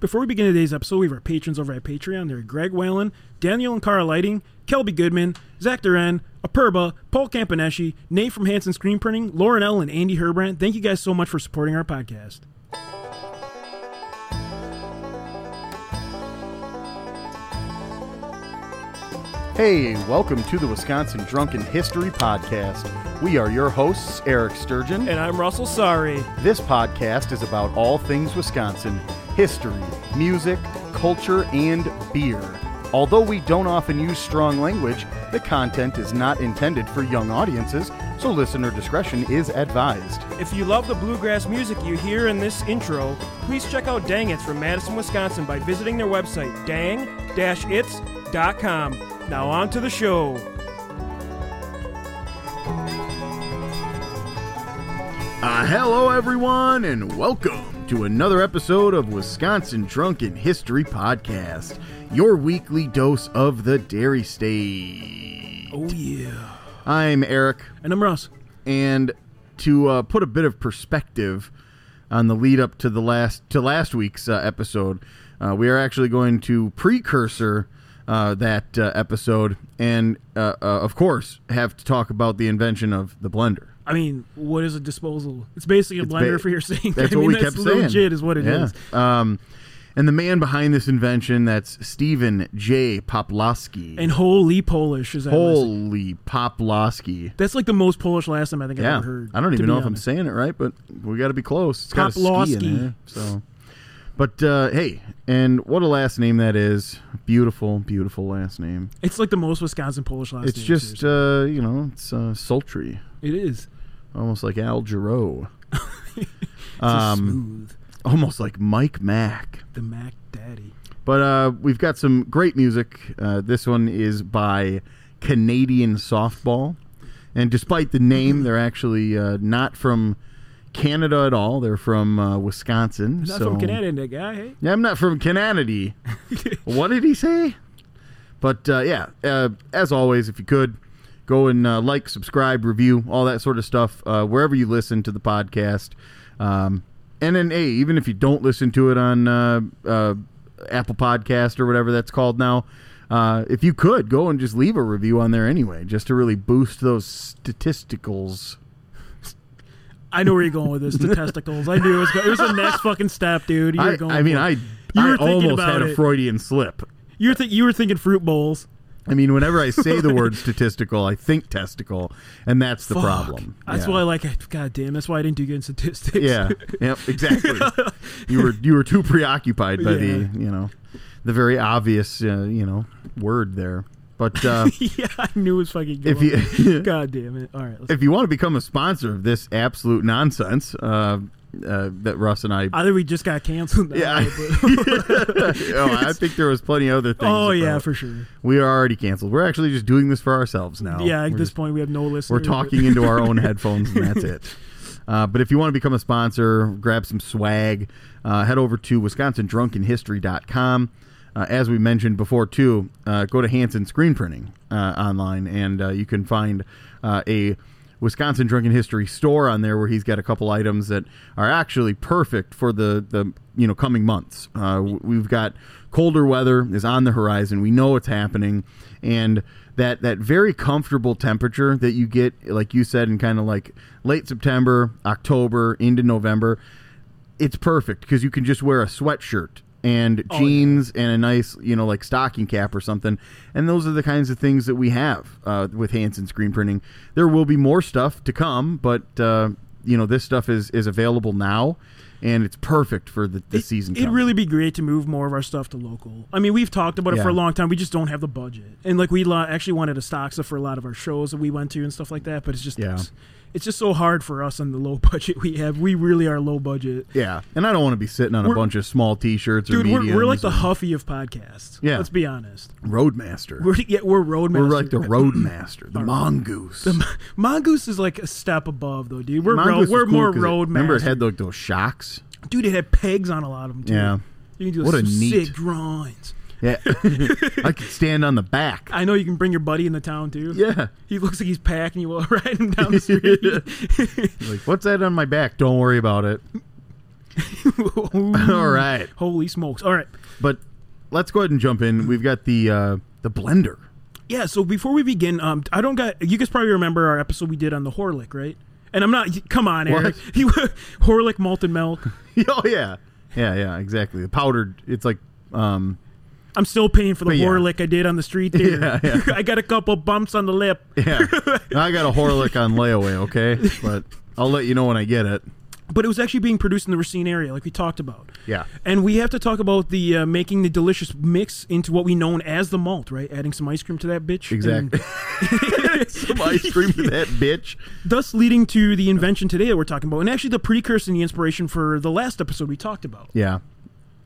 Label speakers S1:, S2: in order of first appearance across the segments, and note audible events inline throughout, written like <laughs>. S1: Before we begin today's episode, we have our patrons over at Patreon. They're Greg Whalen, Daniel and Cara Lighting, Kelby Goodman, Zach Duran, Apurba, Paul Campaneschi, Nate from Hanson Screen Printing, Lauren L., and Andy Herbrand. Thank you guys so much for supporting our podcast.
S2: Hey, welcome to the Wisconsin Drunken History Podcast. We are your hosts, Eric Sturgeon.
S3: And I'm Russell Sorry.
S2: This podcast is about all things Wisconsin history, music, culture, and beer. Although we don't often use strong language, the content is not intended for young audiences, so listener discretion is advised.
S3: If you love the bluegrass music you hear in this intro, please check out Dang It's from Madison, Wisconsin by visiting their website, dang-its.com. Now on to the show.
S2: Uh, hello, everyone, and welcome to another episode of Wisconsin Drunken History Podcast, your weekly dose of the dairy state.
S1: Oh, yeah.
S2: I'm Eric,
S1: And I'm Russ.
S2: and to uh, put a bit of perspective on the lead up to the last to last week's uh, episode, uh, we are actually going to precursor uh, that uh, episode, and uh, uh, of course, have to talk about the invention of the blender.
S1: I mean, what is a disposal? It's basically a
S2: It's
S1: blender
S2: ba-
S1: for your sink.
S2: That's
S1: I mean,
S2: what we
S1: that's
S2: kept saying.
S1: Legit is what it is.
S2: Yeah. Um, and the man behind this invention, that's Stephen J. Poplowski.
S1: And holy Polish is that last-
S2: Holy Poplowski.
S1: That's like the most Polish last name I think I've
S2: Yeah,
S1: ever heard.
S2: I don't
S1: to
S2: even
S1: be
S2: know if I'm
S1: honest.
S2: saying it right, but we got to be close. It's got a ski
S1: Poplowski.
S2: in there, so. But uh, hey, and what a last name that is! Beautiful, beautiful last name.
S1: It's like the most Wisconsin Polish last
S2: it's
S1: name.
S2: just
S1: seriously.
S2: uh, you know, it's uh, sultry,
S1: it is.
S2: almost like Al Jarreau,
S1: It's just
S2: um,
S1: smooth.
S2: almost like Mike Mack.
S1: The Mac Daddy.
S2: But uh, we've got some great music. Uh, this one is by Canadian Softball. And despite the name, they're actually uh, not from Canada at all. They're from uh, Wisconsin.
S1: Not
S2: so-
S1: from Canada, that guy. Hey,
S2: Yeah, I'm not from Canada.
S1: <laughs>
S2: what did he say? But uh, yeah, uh, as always, if you could go and uh, like, subscribe, review, all that sort of stuff uh, wherever you listen to the podcast. Um, and then, hey, even if you don't listen to it on uh, uh, Apple Podcast or whatever that's called now, uh, if you could go and just leave a review on there anyway, just to really boost those statisticals.
S1: I know where you're going with this.
S2: <laughs>
S1: The testicles. I knew it was. go- It was the next fucking step, dude. You
S2: I,
S1: were going.
S2: I mean,
S1: for it.
S2: I,
S1: were
S2: I
S1: thinking
S2: almost
S1: about
S2: had a
S1: it.
S2: Freudian slip.
S1: you were, thi- you were thinking fruit bowls.
S2: I mean, whenever I say the word statistical, I think testicle, and that's the
S1: Fuck.
S2: problem.
S1: That's
S2: yeah.
S1: why, like, I- God damn, that's why I didn't do good in statistics.
S2: Yeah. Yep. Exactly. you were you were too preoccupied by the
S1: Yeah.
S2: you know the very obvious uh, you know word there. But
S1: <laughs>
S2: uh,
S1: <laughs> yeah, I knew it was fucking. Good
S2: if you
S1: God damn it! All right, let's,
S2: <laughs> if you want to become a sponsor of this absolute nonsense uh, uh, that Russ and I.
S1: I think we just got canceled. now,
S2: <laughs> yeah,
S1: but-
S2: <laughs> oh, I think there was plenty of other <laughs> things.
S1: oh yeah,
S2: about-
S1: for sure.
S2: we are already canceled. We're actually just doing this for ourselves now.
S1: yeah, at
S2: We're
S1: this
S2: just-
S1: point we have no listeners.
S2: We're
S1: but-
S2: talking into our own headphones, and that's it. Uh, but if you want to become a sponsor, grab some swag, uh, head over to wisconsindrunkenhistory.com. Uh, as we mentioned before, too, uh, go to Hanson Screen Printing uh, online, and uh, you can find uh, a Wisconsin Drunken History store on there where he's got a couple items that are actually perfect for the, the you know coming months. Uh, w- we've got colder weather is on the horizon. We know it's happening, and that that very comfortable temperature that you get, like you said, in kind of like late September, October into November, it's perfect because you can just wear a sweatshirt and
S1: Oh,
S2: jeans and a nice you know like stocking cap or something and those are the kinds of things that we have uh, with hanson screen printing there will be more stuff to come but uh, you know this stuff is is available now and it's perfect for the, the
S1: It-
S2: season
S1: It'd
S2: coming.
S1: really be great to move more of our stuff to local. I mean, we've talked about it for a
S2: Yeah.
S1: long time. We just don't have the budget, and like we lo- actually wanted to stock stuff for a lot of our shows that we went to and stuff like that. But it's just
S2: Yeah.
S1: it's, it's just so hard for us on the low <laughs> budget we have. We really are low budget,
S2: yeah and i don't want to be sitting on a
S1: We're-
S2: bunch of small t-shirts
S1: dude.
S2: or
S1: We're, we're like the
S2: mediums
S1: Huffy of podcasts.
S2: Yeah.
S1: let's be honest.
S2: or roadmaster
S1: We're yeah, we're roadmaster.
S2: we're like the roadmaster the mongoose
S1: mongoose is like a step above though, dude. <laughs> We're
S2: Mongoose
S1: road,
S2: was
S1: we're
S2: cool
S1: more
S2: 'cause it- remember
S1: roadmaster.
S2: it had like those shocks
S1: dude, it had pegs on a lot of them. Too.
S2: Yeah.
S1: you can do
S2: What a
S1: some
S2: neat-
S1: sick drawings. <laughs>
S2: yeah i could stand on the back
S1: I know you can bring your buddy in the town too.
S2: yeah
S1: He looks like he's packing you <laughs>
S2: <laughs>
S1: while riding down the street. <laughs>
S2: Like, what's that on my back? Don't worry about it. All right.
S1: Holy smokes. All right.
S2: But let's go ahead and jump in. We've got the uh, the blender. <laughs>
S1: Yeah, so before we begin, um, I don't got you guys probably remember our episode we did on the Horlick, right? And I'm not come on, Eric.
S2: What?
S1: He <laughs> Horlick malted milk.
S2: oh yeah, yeah, yeah. Exactly. The powdered. It's like um,
S1: I'm still paying for the
S2: But yeah.
S1: Horlick I did on the street theater.
S2: <laughs> Yeah,
S1: <laughs>
S2: yeah.
S1: I got a couple bumps on the lip. <laughs>
S2: yeah. I got a Horlick on layaway. Okay, but I'll let you know when I get it.
S1: But it was actually being produced in the Racine area, like we talked about.
S2: Yeah.
S1: And we have to talk about the uh, making the delicious mix into what we know as the malt, right? Adding some ice cream to that bitch. <laughs>
S2: Exactly.
S1: And- <laughs>
S2: Some ice cream to that bitch.
S1: thus leading to the invention today that we're talking about, and actually the precursor and the inspiration for the last episode we talked about.
S2: Yeah,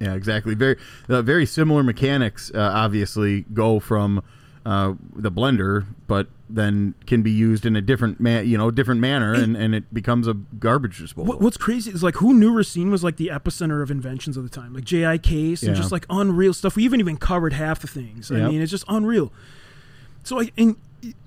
S2: yeah, exactly. Very, uh, very similar mechanics. Uh, obviously, go from uh, the blender, but then can be used in a different, ma- you know, different manner, and, and it becomes a garbage disposal. <laughs>
S1: What, what's crazy is like who knew Racine was like the epicenter of inventions of the time, like J.I. Case and
S2: Yeah.
S1: just like unreal stuff. We haven't even covered half the things. I
S2: Yep.
S1: mean, it's just unreal. So I and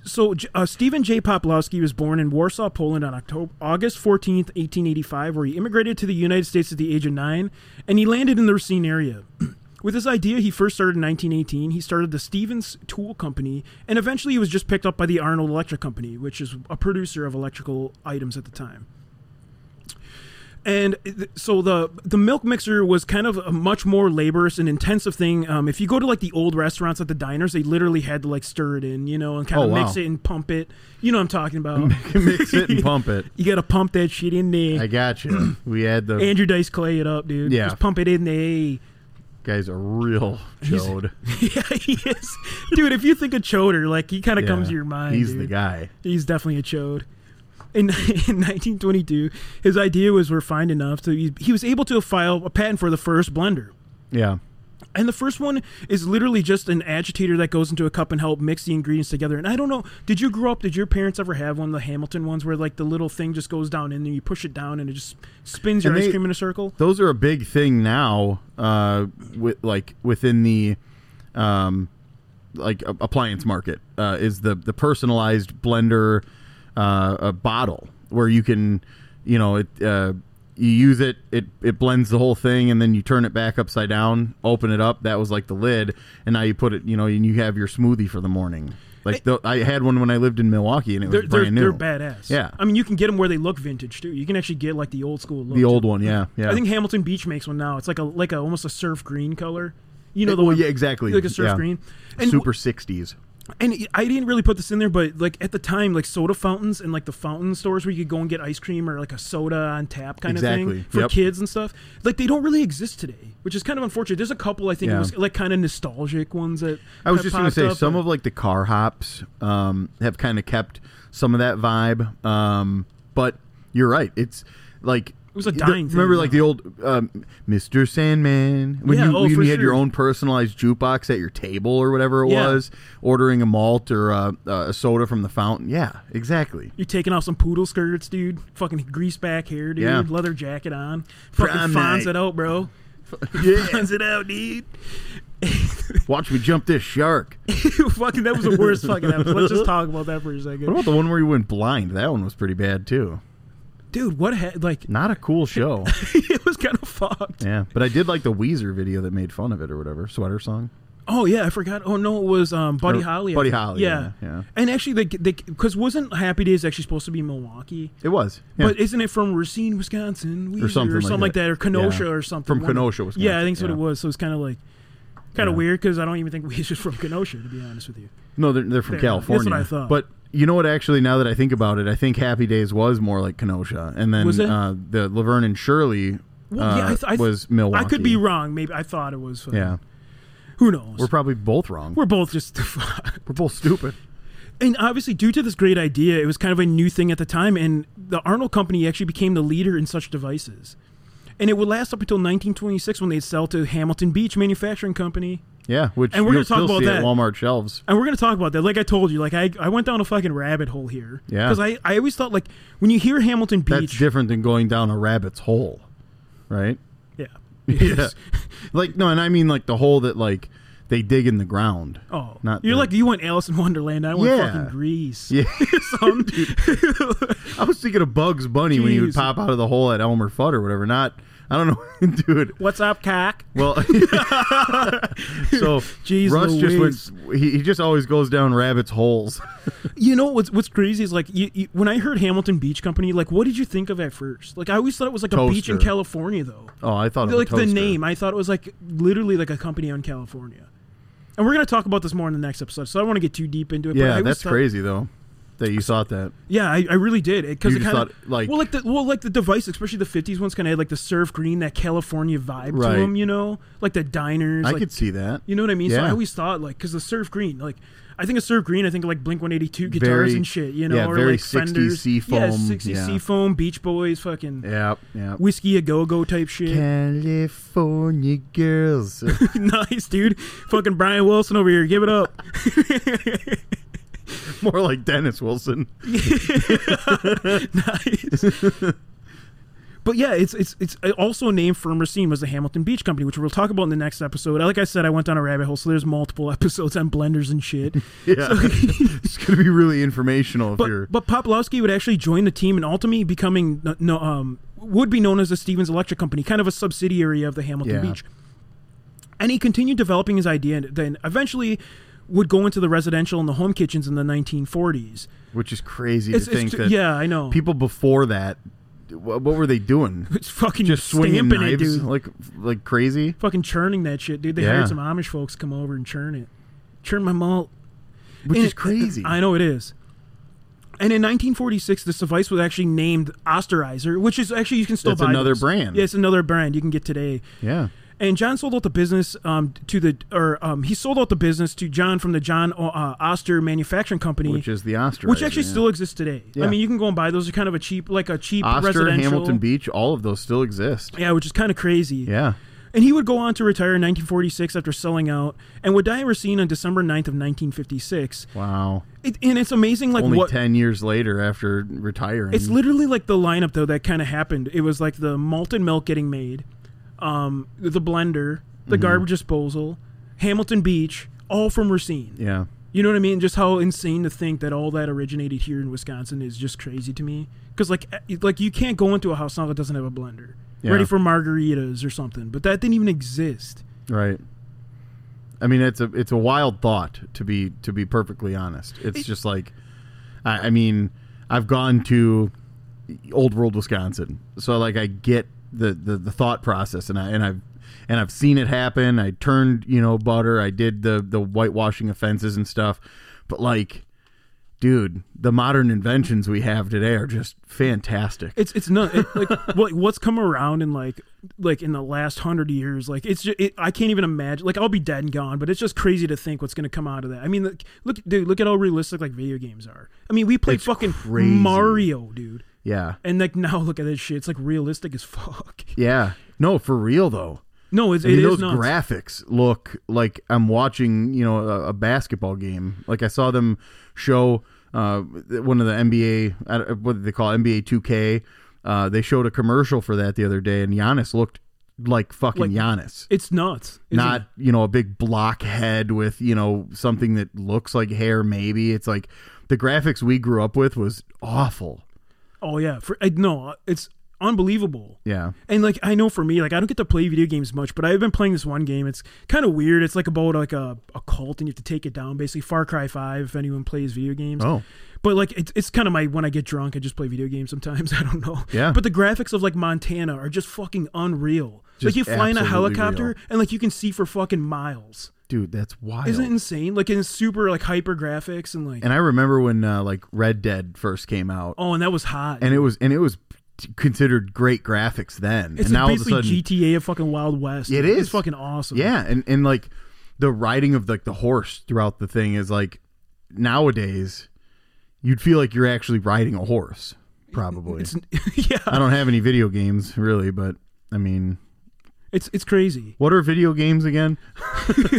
S1: so J- uh, Stephen J. Poplowski was born in Warsaw, Poland, on October August fourteenth, eighteen eighty five, where he immigrated to the United States at the age of nine, and he landed in the Racine area. <clears throat> With this idea, he first started in 1918. He started the Stevens Tool Company, and eventually he was just picked up by the Arnold Electric Company, which is a producer of electrical items at the time. And th- so the the milk mixer was kind of a much more laborious and intensive thing. Um, if you go to like the old restaurants at the diners, they literally had to like stir it in, you know, and kind
S2: Oh,
S1: of
S2: wow.
S1: mix it and pump it. You know what I'm talking about?
S2: <laughs> Mix
S1: <laughs>
S2: it and pump it.
S1: you got to pump that shit in there.
S2: I got you. We had the
S1: Andrew Dice Clay it up, dude.
S2: Yeah.
S1: Just pump it in there. <laughs>
S2: guys a real chode.
S1: yeah, he is, dude. If you think of Choder, like he kind of
S2: Yeah.
S1: comes to your mind.
S2: He's
S1: dude.
S2: the guy.
S1: He's definitely a chode. In, <laughs> in 1922, his idea was refined enough to he, he was able to file a patent for the first blender.
S2: Yeah.
S1: And the first one is literally just an agitator that goes into a cup and help mix the ingredients together. And I don't know, did you grow up? Did your parents ever have one of the Hamilton ones where like the little thing just goes down and then you push it down and it just spins your
S2: And
S1: ice
S2: they-
S1: cream in a circle?
S2: those are a big thing now uh with like within the um like a- appliance market uh is the the personalized blender uh a bottle where you can you know it uh you use it, it it blends the whole thing and then you turn it back upside down open it up that was like the lid and now you put it you know and you have your smoothie for the morning like tho- i had one when i lived in milwaukee and it was
S1: They're, they're,
S2: brand
S1: they're
S2: new
S1: badass.
S2: Yeah.
S1: I mean, you can get them where they look vintage too. You can actually get like the old school look.
S2: the old one yeah yeah
S1: I think Hamilton Beach makes one now. It's like a like a almost a surf green color. You know the
S2: well,
S1: one,
S2: yeah exactly
S1: like a surf
S2: yeah.
S1: green. And
S2: super 60s
S1: and I didn't really put this in there, but like at the time, like soda fountains and like the fountain stores where you could go and get ice cream or like a soda on tap kind of
S2: Exactly.
S1: thing for
S2: Yep.
S1: kids and stuff. Like they don't really exist today, which is kind of unfortunate. There's a couple I think it
S2: Yeah.
S1: was like kind of nostalgic ones that
S2: I was
S1: have
S2: just going to
S1: popped
S2: say
S1: up,
S2: some
S1: but-
S2: of like the car hops um, have kind of kept some of that vibe, um, but you're right. It's like it
S1: was a dying thing,
S2: Remember, like
S1: yeah.
S2: the old um, Mr. Sandman when
S1: Yeah,
S2: you,
S1: oh,
S2: when
S1: for
S2: you had your
S1: sure.
S2: own personalized jukebox at your table or whatever it
S1: Yeah.
S2: was, ordering a malt or uh, uh, a soda from the fountain. Yeah,
S1: <laughs>
S2: exactly.
S1: You're taking off some poodle skirts, dude. Fucking grease back hair, dude.
S2: Yeah.
S1: Leather jacket on.
S2: Prime
S1: Fucking fines
S2: night.
S1: it out, bro. <laughs>
S2: Yeah,
S1: Fines it out, dude. <laughs>
S2: watch me jump this shark.
S1: fucking, that was the worst fucking episode. Let's just talk about that for a second.
S2: What <laughs> about the one where you went blind? That one was pretty bad too.
S1: Dude, what had, like, <laughs>
S2: Not a cool show.
S1: it was kind of fucked.
S2: yeah, but I did like the Weezer video that made fun of it or whatever sweater song.
S1: Oh yeah, I forgot. Oh no, it was um, Buddy
S2: Or-
S1: Holly. I
S2: Buddy
S1: think.
S2: Holly, yeah, yeah.
S1: And actually, they they because wasn't Happy Days actually supposed to be Milwaukee?
S2: It was, yeah.
S1: But isn't it from Racine, Wisconsin, Weezer, or
S2: something
S1: something,
S2: like
S1: like
S2: that.
S1: that, or Kenosha,
S2: Yeah.
S1: or something?
S2: From
S1: One-
S2: Kenosha, Wisconsin,
S1: Yeah, I think that's
S2: yeah.
S1: what it was. So it's kind of like kind of
S2: Yeah.
S1: weird because I don't even think <laughs> Weezer's from Kenosha, to be honest with you.
S2: no, they're, they're from
S1: Fair enough. That's what
S2: California.
S1: I thought.
S2: But you know what? Actually, now that I think about it, I think Happy Days was more like Kenosha, and then
S1: Was it?
S2: Uh, the Laverne and Shirley
S1: Well, yeah,
S2: uh,
S1: I th- I th-
S2: was Milwaukee.
S1: I could be wrong. Maybe I thought it was. fucking-
S2: Yeah,
S1: Who knows?
S2: we're probably both wrong.
S1: we're both just <laughs>
S2: We're both stupid.
S1: And obviously, due to this great idea, it was kind of a new thing at the time, and the Arnold Company actually became the leader in such devices. And it would last up until 1926 when they'd sell to Hamilton Beach Manufacturing Company.
S2: Yeah, which
S1: And we're gonna
S2: you'll
S1: talk
S2: still
S1: about
S2: see
S1: that.
S2: at Walmart shelves.
S1: And we're going to talk about that. Like I told you, like I, I went down a fucking rabbit hole here.
S2: Yeah.
S1: Because I, I always thought, like, when you hear Hamilton
S2: That's
S1: Beach.
S2: different than going down a rabbit's hole, right?
S1: yeah. Yes.
S2: <laughs> like no, and I mean like the hole that like they dig in the ground.
S1: Oh.
S2: Not
S1: You're
S2: the-
S1: like, you went Alice in Wonderland. I went
S2: Yeah.
S1: fucking Greece.
S2: <laughs> Yeah.
S1: Some-
S2: I was thinking of Bugs Bunny when he would
S1: Jeez.
S2: pop out of the hole at Elmer Fudd or whatever. Not I don't know, <laughs> dude.
S1: <laughs> What's up, cock?
S2: Well, <laughs> so
S1: <laughs> Jeez
S2: Russ
S1: Louise.
S2: just went. He, he just always goes down rabbits holes.
S1: You know what's what's crazy is like you, you, when I heard Hamilton Beach Company, like what did you think of at first? Like I always thought it was like a beach in
S2: Toaster.
S1: California, though.
S2: Oh, I thought it was
S1: like
S2: a toaster.
S1: the name, I thought it was like literally like a company on California. And we're gonna talk about this more in the next episode, so I don't want to get too deep into it. but I
S2: Yeah,
S1: always
S2: that's
S1: thought-
S2: crazy though that you thought that.
S1: Yeah, I, I really did because
S2: You
S1: it
S2: just
S1: kind of
S2: thought, like-
S1: well, like the well, like the device, especially the '50s ones, kind of had like the surf green, that California vibe
S2: Right.
S1: to them, you know, like the diners.
S2: I
S1: like,
S2: could see that.
S1: You know what I mean? So I
S2: Yeah.
S1: always thought like because the surf green, like I think of surf green, I think of like Blink One Eighty Two guitars
S2: Very-
S1: and shit. You know,
S2: yeah,
S1: or
S2: very
S1: like
S2: 60s
S1: Fenders. yeah,
S2: seafoam,
S1: sixty
S2: yeah.
S1: seafoam, Beach Boys, fucking
S2: Yeah, yeah.
S1: whiskey a go go type shit.
S2: California girls.
S1: <laughs>
S2: <laughs>
S1: nice dude, fucking Brian Wilson over here, give it up. <laughs>
S2: More like Dennis Wilson.
S1: nice. But yeah, it's it's it's uh, also named from Racine was the Hamilton Beach Company, which we'll talk about in the next episode. Like I said, I went down a rabbit hole, so there's multiple <laughs> episodes on blenders and shit.
S2: Yeah. <laughs> it's going to be really informational if you're.
S1: But but Poplowski would actually join the team and ultimately becoming no, no um would be known as the Stevens Electric Company, kind of a subsidiary of the Hamilton
S2: Yeah.
S1: Beach. And he continued developing his idea, and then eventually would go into the residential and the home kitchens in the 1940s.
S2: Which is crazy
S1: It's,
S2: to think
S1: it's
S2: that
S1: yeah, I know.
S2: people before that, what, what were they doing?
S1: <laughs> it's fucking
S2: Just swinging
S1: stamping it,
S2: knives
S1: dude.
S2: like like crazy?
S1: fucking churning that shit, dude. They
S2: Yeah.
S1: hired some Amish folks to come over and churn it, churn my malt,
S2: Which
S1: And
S2: is
S1: it-
S2: crazy.
S1: I know it is. And in 1946, this device was actually named Osterizer, which is actually you can still
S2: That's
S1: buy
S2: another
S1: those.
S2: brand.
S1: Yeah, it's another brand you can get today.
S2: yeah.
S1: And John sold out the business um, to the, or um, he sold out the business to John from the John uh, Oster Manufacturing Company,
S2: Which is the Oster.
S1: which actually
S2: yeah.
S1: still exists today.
S2: Yeah.
S1: I mean, you can go and buy those. They're kind of a cheap, like a cheap
S2: Oster,
S1: residential.
S2: Hamilton Beach, all of those still exist.
S1: Yeah, which is kind of crazy.
S2: Yeah.
S1: And he would go on to retire in 1946 after selling out, and would die in Racine on December 9th of 1956.
S2: Wow.
S1: It, and it's amazing, like
S2: Only
S1: what
S2: 10 years later after retiring.
S1: it's literally like the lineup though that kind of happened. It was like the malted milk getting made, um, the blender, the
S2: Mm-hmm.
S1: garbage disposal, Hamilton Beach, all from Racine.
S2: yeah.
S1: You know what I mean? Just how insane to think that all that originated here in Wisconsin is just crazy to me. Because like, eh, like you can't go into a house now that doesn't have a blender
S2: Yeah.
S1: ready for margaritas or something, but that didn't even exist.
S2: Right. I mean, it's a it's a wild thought to be to be perfectly honest. It's
S1: It-
S2: just like, I, I mean, I've gone to old world Wisconsin, so like I get the, the, the thought process, and I and I've and I've seen it happen. I turned you know butter. I did the the whitewashing offenses and stuff, but like. Dude, the modern inventions we have today are just fantastic.
S1: It's it's not it, like <laughs> what what's come around in like like in the last hundred years. Like it's just it, I can't even imagine. Like I'll be dead and gone, but it's just crazy to think what's going to come out of that. I mean, like, look, dude, look at how realistic like video games are. I mean, we played
S2: It's
S1: fucking
S2: crazy.
S1: Mario, dude,
S2: Yeah.
S1: and like now look at this shit. It's like realistic as fuck. <laughs>
S2: Yeah. No, for real though.
S1: No, it's
S2: I mean,
S1: it is
S2: those
S1: nuts.
S2: graphics look like I'm watching, you know, a, a basketball game. Like I saw them show uh, one of the NBA, I don't- what do they call it, NBA 2K. Uh, they showed a commercial for that the other day, and Giannis looked like fucking
S1: Like-
S2: Giannis.
S1: it's nuts. isn't
S2: Not
S1: it?
S2: you know a big block head with you know something that looks like hair. Maybe it's like the graphics we grew up with was awful.
S1: Oh yeah, for I, no, it's unbelievable.
S2: Yeah,
S1: And like I know for me, like I don't get to play video games much, but I've been playing this one game. It's kind of weird. It's like about like a, a cult, and you have to take it down. Basically, Far Cry Five. If anyone plays video games,
S2: Oh.
S1: but like it's it's kind of my when I get drunk, I just play video games sometimes. <laughs> I don't know.
S2: Yeah.
S1: But the graphics of like Montana are just fucking unreal.
S2: Just
S1: like you fly in a
S2: absolutely
S1: helicopter,
S2: real.
S1: and like you can see for fucking miles.
S2: dude, that's wild.
S1: Isn't it insane? Like in super like hyper graphics and like
S2: and I remember when uh, like Red Dead first came out.
S1: oh, and that was hot.
S2: and it was and it was considered great graphics then.
S1: it's
S2: and now all of a
S1: basically
S2: sudden,
S1: GTA of fucking Wild West.
S2: It
S1: It's
S2: is.
S1: fucking awesome.
S2: yeah, and and like the riding of like the horse throughout the thing is like nowadays you'd feel like you're actually riding a horse. Probably,
S1: <laughs> yeah.
S2: I don't have any video games really, but I mean,
S1: It's it's crazy.
S2: what are video games again? <laughs>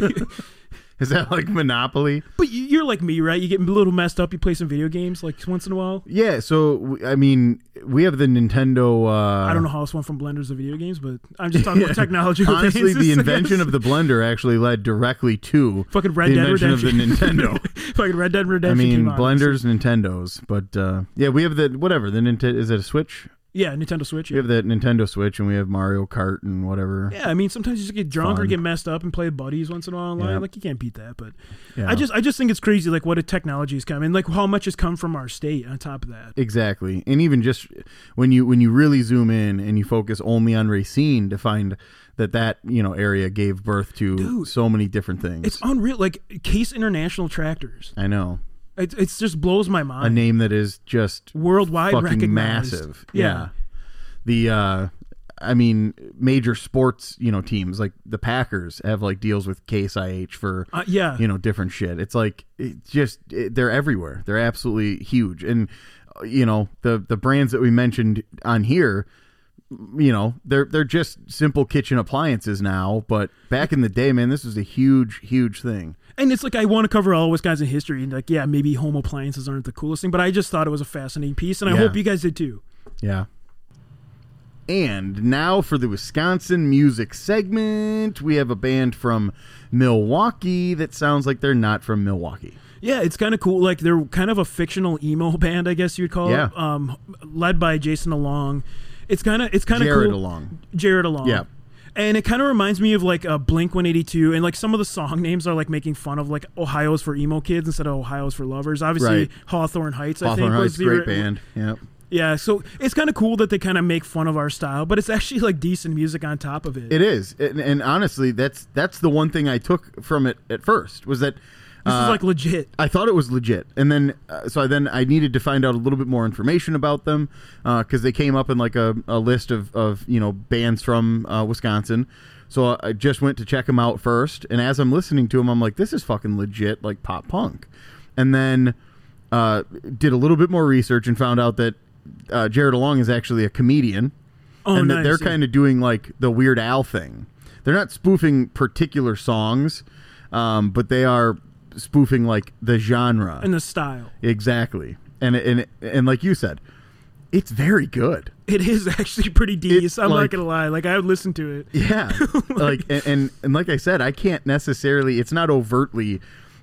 S2: is that like Monopoly?
S1: But you- you're like me, right? You get a little messed up. You play some video games like once in a while.
S2: Yeah, so w- I mean, we have the Nintendo. Uh,
S1: I don't know how this went from blenders to video games, but I'm just talking
S2: <laughs>
S1: about technology. <laughs>
S2: Honestly, the invention of the blender actually led directly to
S1: Fucking Red
S2: the
S1: Dead
S2: invention of the
S1: Redemption. <laughs>
S2: Nintendo.
S1: fucking Red Dead
S2: I
S1: Redemption.
S2: mean,
S1: came out.
S2: blenders, Nintendos, but uh, yeah, we have the whatever the Nintendo. Is it a Switch?
S1: Yeah, Nintendo Switch.
S2: We
S1: Yeah.
S2: have the Nintendo Switch and we have Mario Kart and whatever.
S1: Yeah, I mean sometimes you just get drunk or
S2: Fun.
S1: get messed up and play with buddies once in a while online.
S2: Yeah.
S1: Like you can't beat that, but
S2: Yeah.
S1: I just I just think it's crazy like what a technology has come and like how much has come from our state on top of that.
S2: Exactly. And even just when you when you really zoom in and you focus only on Racine to find that that, you know, area gave birth to
S1: Dude.
S2: so many different things.
S1: It's unreal. Like Case International Tractors.
S2: I know.
S1: It it's just blows my
S2: A
S1: mind.
S2: name that is just
S1: Worldwide
S2: fucking
S1: recognized.
S2: massive. Yeah. The uh I mean major sports, you know, teams like the Packers have like deals with Case IH for
S1: Uh, yeah.
S2: you know different shit it's like it's just it, they're everywhere they're absolutely huge and uh, you know the the brands that we mentioned on here you know they're they're just simple kitchen appliances now but back in the day man this was a huge huge thing
S1: And it's like I want to cover all Wisconsin history and like yeah, maybe home appliances aren't the coolest thing, but I just thought it was a fascinating piece and I
S2: Yeah.
S1: hope you guys did too.
S2: yeah and now for the Wisconsin music segment we have a band from Milwaukee that sounds like they're not from Milwaukee
S1: Yeah, it's kind of cool. Like they're kind of a fictional emo <laughs> band, I guess you'd call
S2: Yeah.
S1: it. Um, led by Jason Along. It's kind of it's kind of
S2: Jared
S1: cool.
S2: along
S1: Jared Along.
S2: Yeah.
S1: And it kind of reminds me of like a Blink 182, and like some of the song <laughs> names are like making fun of like Ohio's for emo kids instead of Ohio's for lovers. Obviously,
S2: Right.
S1: Hawthorne Heights, I
S2: Hawthorne
S1: think,
S2: Heights
S1: was the
S2: great band yeah
S1: Yeah, so it's kind of cool that they kind of make fun of our style, but it's actually like decent music on top of it.
S2: It is, and, and honestly, that's that's the one thing I took from it at first was that
S1: this
S2: uh,
S1: is like legit.
S2: I thought it was legit, and then uh, so I then I needed to find out a little bit more information about them because they came up in like a, a list of, of you know bands from uh, Wisconsin. So I just went to check them out first, and as I'm listening to them, I'm like, this is fucking legit, like pop punk. And then uh, did a little bit more research and found out that uh, Jared Along is actually a comedian
S1: Oh,
S2: and that
S1: nice,
S2: they're
S1: yeah.
S2: kind of doing like the Weird Al thing. They're not spoofing particular songs, um, but they are spoofing like the genre
S1: and the style.
S2: exactly. And and and like you said, it's very good.
S1: <laughs> It is actually pretty decent. I'm
S2: like-
S1: not gonna lie. Like I would listen to it.
S2: Yeah, like and, and and like I said, I can't necessarily. It's not overtly.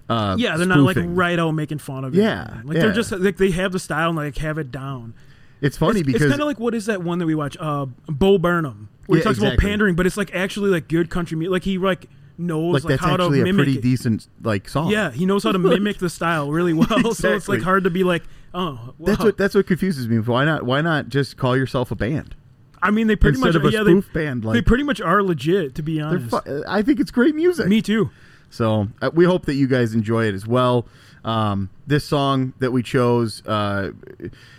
S2: Uh,
S1: Yeah, they're not
S2: spoofing.
S1: like right out making fun of it.
S2: Yeah,
S1: like
S2: yeah.
S1: they're just like they have the style and like have it down.
S2: It's funny
S1: It's-
S2: because
S1: it's kind of like what is that one that we watch? Uh, Bo Burnham, where
S2: Yeah,
S1: he talks about
S2: exactly.
S1: pandering, but it's like actually like good country music. Like he like knows
S2: like,
S1: like,
S2: that's
S1: how to
S2: actually a
S1: mimic
S2: pretty
S1: it.
S2: decent like song.
S1: yeah, he knows how to mimic the style really well. <laughs> So it's
S2: Exactly.
S1: like hard to be like, oh, wow.
S2: that's what that's what confuses me. Why not? Why not just call yourself a band?
S1: I mean, they pretty much
S2: instead of a
S1: yeah,
S2: spoof
S1: they,
S2: band,
S1: they
S2: like-
S1: pretty much are legit to be
S2: They're
S1: honest.
S2: fu- I think it's great music.
S1: Me too.
S2: So uh, we hope that you guys enjoy it as well. Um, this song that we chose uh,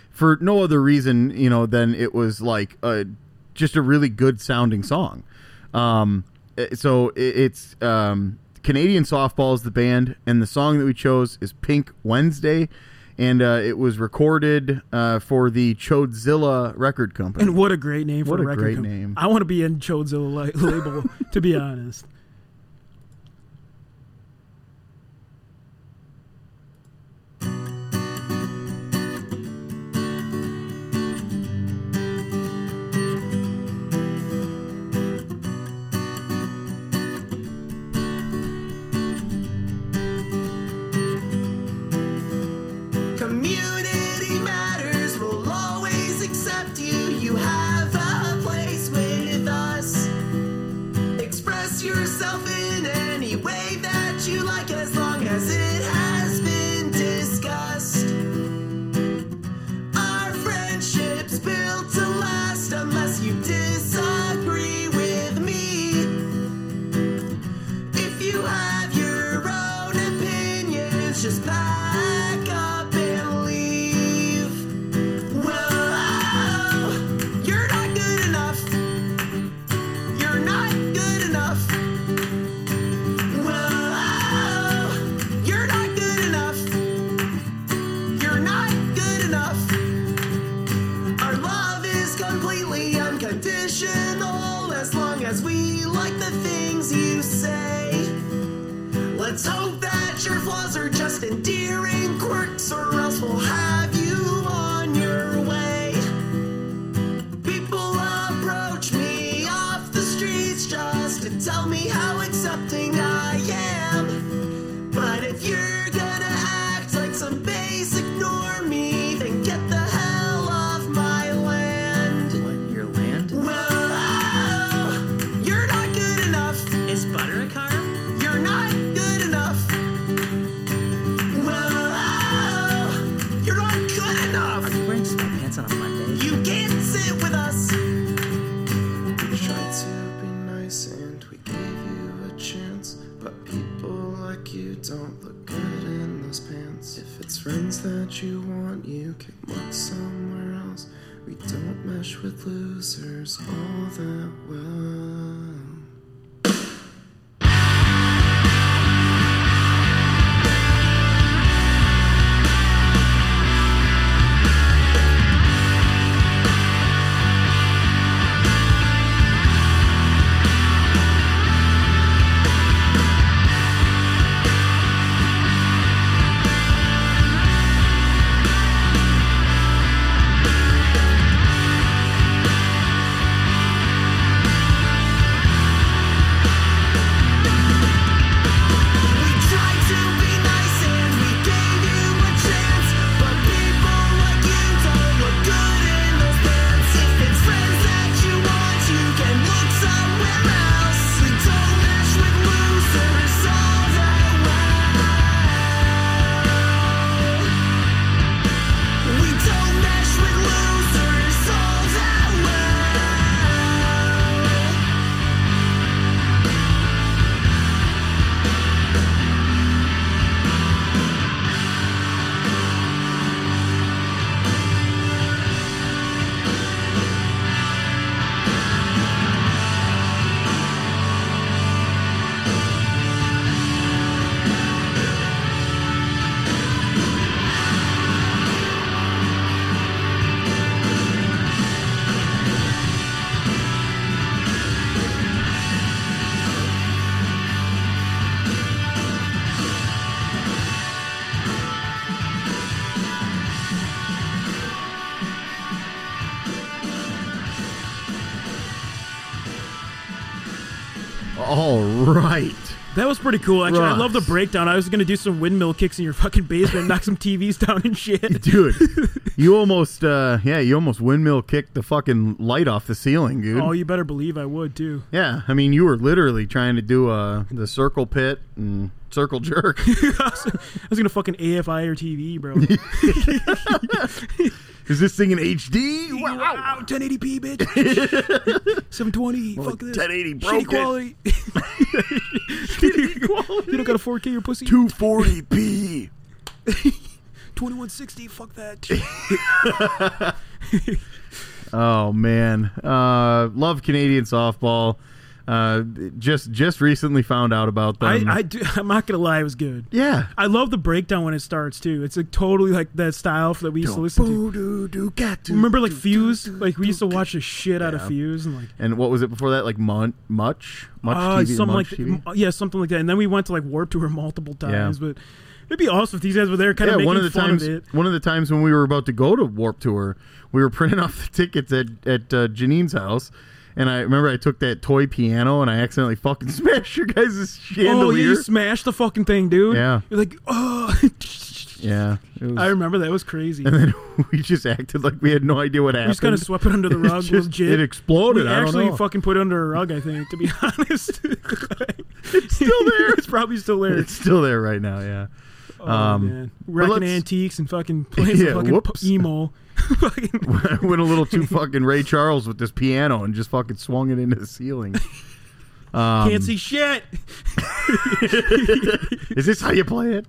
S2: for no other reason, you know, than it was like a, just a really good sounding song. Um, it- so it- it's um, Canadian Softball is the band, and the song that we chose is Pink Wednesday. And uh, it was recorded uh, for the Chodzilla record company.
S1: And what a great name for
S2: What
S1: a
S2: a
S1: record
S2: great
S1: company.
S2: name.
S1: I want to be in Chodzilla li- <laughs> label, to be honest.
S4: Community matters. We'll always accept you. You have a place with us. Express yourself in any way that you like, as long as it has been discussed. Our friendship's built to last unless you disagree with me. If you have your own opinions, just pack up and leave. Well, you're not good enough. You're not good enough. Well, you're not good enough. You're not good enough. Our love is completely unconditional as long as we like the things you say. Let's hope that your flaws are just endearing quirks, or else we'll have you on your way. People approach me off the streets just to tell me how accepting I am. But if you're gonna act like some basic normie, then get the hell off my land.
S5: But people like you don't look good in those pants. If it's friends that you want, you can look somewhere else. We don't mesh with losers all that well.
S4: We tried to be nice and we gave you a chance, but people like you don't look good in those pants. If it's friends that you want, you can look somewhere else. We don't match with losers all that well. We don't match with losers all that well.
S2: All right.
S1: That was pretty cool, actually. I
S2: Rocks.
S1: love the breakdown. I was gonna do some windmill kicks in your fucking basement, knock some TVs down and shit.
S2: Dude, you almost, uh, yeah, you almost windmill kicked the fucking light off the ceiling, dude.
S1: Oh, you better believe I would too. <laughs>
S2: yeah, I mean, you were literally trying to do uh, the circle pit and circle jerk.
S1: <laughs> I was gonna fucking AFI your TV,
S2: <laughs>
S1: bro.
S2: Is this thing in HD? Wow.
S1: wow, 1080p, bitch.
S2: <laughs>
S1: 720. fuck this.
S2: 1080
S1: Shitty
S2: broke
S1: quality. <laughs> Shitty quality. You don't got a 4K, your pussy.
S2: 240p.
S1: 2160. Fuck
S2: <laughs>
S1: that.
S2: Oh man, uh, love Canadian softball. Uh, just just recently found out about
S1: I,
S2: them.
S1: I do, <laughs> I'm not gonna lie, it was good.
S2: yeah.
S1: I love the breakdown when it starts too. It's like totally like that style that we used to listen to. Remember like Fuse? Like we used to watch the shit out of
S2: Yeah.
S1: Fuse and like
S2: And what was it before that? Like mun- much, much
S1: uh,
S2: TV,
S1: something like
S2: Munch TV?
S1: m- yeah, something like that. And then we went to like Warp Tour multiple times, but it'd be awesome if these guys were there, kind
S2: yeah,
S1: of making
S2: one of the
S1: fun
S2: times,
S1: of it.
S2: one of the times when we were about to go to Warp Tour, we were printing <laughs> off the tickets at at uh, Janine's house, and I remember I took that toy piano and I accidentally fucking <laughs> smashed your guys'
S1: Oh, yeah,
S2: chandelier.
S1: you smashed the fucking thing, dude.
S2: Yeah.
S1: you're like, oh, <laughs>
S2: yeah, it was-
S1: I remember that was crazy.
S2: <laughs> and then <laughs> we just acted like we had no idea what
S1: We
S2: happened.
S1: just kind of swept it under the
S2: It's
S1: rug.
S2: just-
S1: legit.
S2: <laughs> it exploded,
S1: We
S2: I don't
S1: actually
S2: know.
S1: fucking put it under a rug. I think, to be <laughs> honest, it's still there. <laughs> it's probably still there.
S2: <laughs> It's still there right now. Yeah. <laughs>
S1: oh,
S2: um,
S1: man.
S2: but
S1: wrecking
S2: let's-
S1: antiques and fucking playing some
S2: <laughs> Yeah,
S1: fucking
S2: whoops.
S1: emo. <laughs> Fucking-
S2: I went a
S1: <laughs>
S2: little too fucking Ray Charles with this piano and just fucking swung it into the ceiling. Um,
S1: can't see shit.
S2: Is this how you play it?